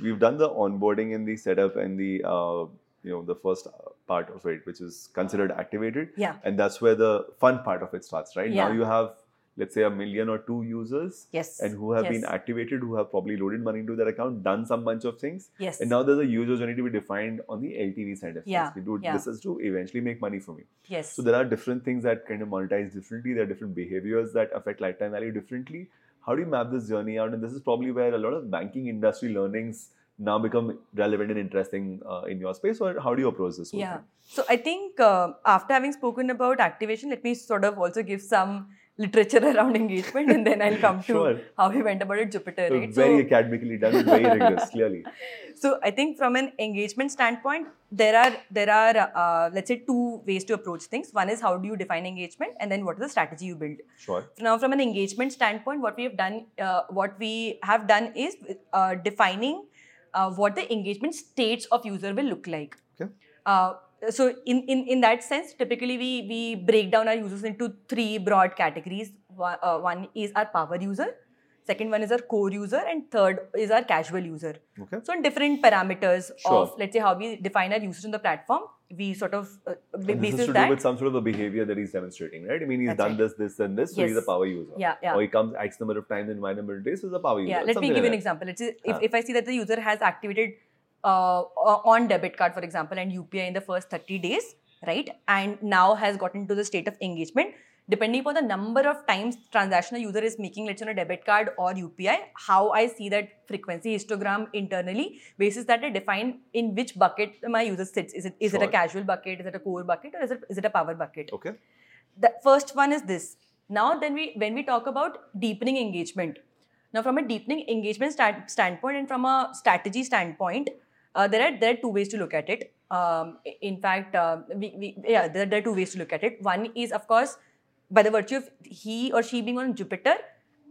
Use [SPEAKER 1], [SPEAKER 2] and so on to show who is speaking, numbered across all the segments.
[SPEAKER 1] we've done the onboarding and the setup and the uh, you know the first uh, part of it, which is considered activated,
[SPEAKER 2] Yeah.
[SPEAKER 1] and that's where the fun part of it starts, right? Now
[SPEAKER 2] Yeah.
[SPEAKER 1] you have let's say a million or two users.
[SPEAKER 2] Yes.
[SPEAKER 1] And who have been
[SPEAKER 2] Yes.
[SPEAKER 1] activated, who have probably loaded money into their account, done some bunch of things,
[SPEAKER 2] Yes.
[SPEAKER 1] and now there's a user journey to be defined on the LTV side of
[SPEAKER 2] Yeah,
[SPEAKER 1] things. We do
[SPEAKER 2] yeah.
[SPEAKER 1] this is to eventually make money for me.
[SPEAKER 2] yes.
[SPEAKER 1] So there are different things that kind of monetize differently. There are different behaviors that affect lifetime value differently. How do you map this journey out? And this is probably where a lot of banking industry learnings now become relevant and interesting uh, in your space. Or how do you approach this? whole
[SPEAKER 2] Yeah.
[SPEAKER 1] thing?
[SPEAKER 2] So I think uh, after having spoken about activation, let me sort of also give some literature around engagement, and then I'll come to
[SPEAKER 1] sure.
[SPEAKER 2] how we went about it, Jupiter.
[SPEAKER 1] So
[SPEAKER 2] right?
[SPEAKER 1] very academically done, and very rigorous, clearly.
[SPEAKER 2] so i think from an engagement standpoint there are there are uh, let's say two ways to approach things one is how do you define engagement and then what is the strategy you build
[SPEAKER 1] Sure.
[SPEAKER 2] now from an engagement standpoint what we have done uh, what we have done is uh, defining uh, what the engagement states of user will look like
[SPEAKER 1] Okay.
[SPEAKER 2] uh, so in, in in that sense typically we we break down our users into three broad categories one, uh, one is our power user second one is our core user and third is our casual user
[SPEAKER 1] Okay.
[SPEAKER 2] so on different parameters
[SPEAKER 1] Sure.
[SPEAKER 2] of let's say how we define our users on the platform we sort of uh,
[SPEAKER 1] And this is
[SPEAKER 2] basis
[SPEAKER 1] to do
[SPEAKER 2] that
[SPEAKER 1] with some sort of a behavior that he's demonstrating, right? I mean, he's
[SPEAKER 2] That's
[SPEAKER 1] done
[SPEAKER 2] right.
[SPEAKER 1] this, this, and this, so he's a
[SPEAKER 2] Yes.
[SPEAKER 1] power user.
[SPEAKER 2] yeah yeah
[SPEAKER 1] Or he comes X number of times in Y number of days, so he's a power user.
[SPEAKER 2] Yeah, let me
[SPEAKER 1] something
[SPEAKER 2] give you
[SPEAKER 1] like
[SPEAKER 2] an
[SPEAKER 1] that. Uh.
[SPEAKER 2] example. Let's say if,
[SPEAKER 1] Huh.
[SPEAKER 2] if I see that the user has activated uh, on debit card, for example, and UPI in the first 30 days, right, and now has gotten to the state of engagement, depending upon the number of times transaction a user is making, let's say on a debit card or UPI, how I see that frequency histogram internally, basis that I define in which bucket my user sits. Is it is it a
[SPEAKER 1] Sure.
[SPEAKER 2] casual bucket, is it a core bucket, or is it, is it a power bucket?
[SPEAKER 1] Okay.
[SPEAKER 2] the first one is this now then we when we talk about deepening engagement now from a deepening engagement stand, standpoint and from a strategy standpoint uh, there are there are two ways to look at it um, i- in fact uh, we, we, yeah there, there are two ways to look at it one is of course by the virtue of he or she being on jupiter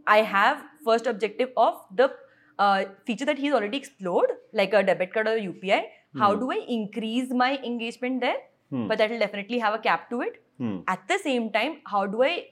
[SPEAKER 2] i have first objective of the uh, feature that he's already explored like a debit card or a upi how
[SPEAKER 1] Hmm.
[SPEAKER 2] do i increase my engagement there
[SPEAKER 1] Hmm.
[SPEAKER 2] but that will definitely have a cap to it
[SPEAKER 1] Hmm.
[SPEAKER 2] at the same time how do i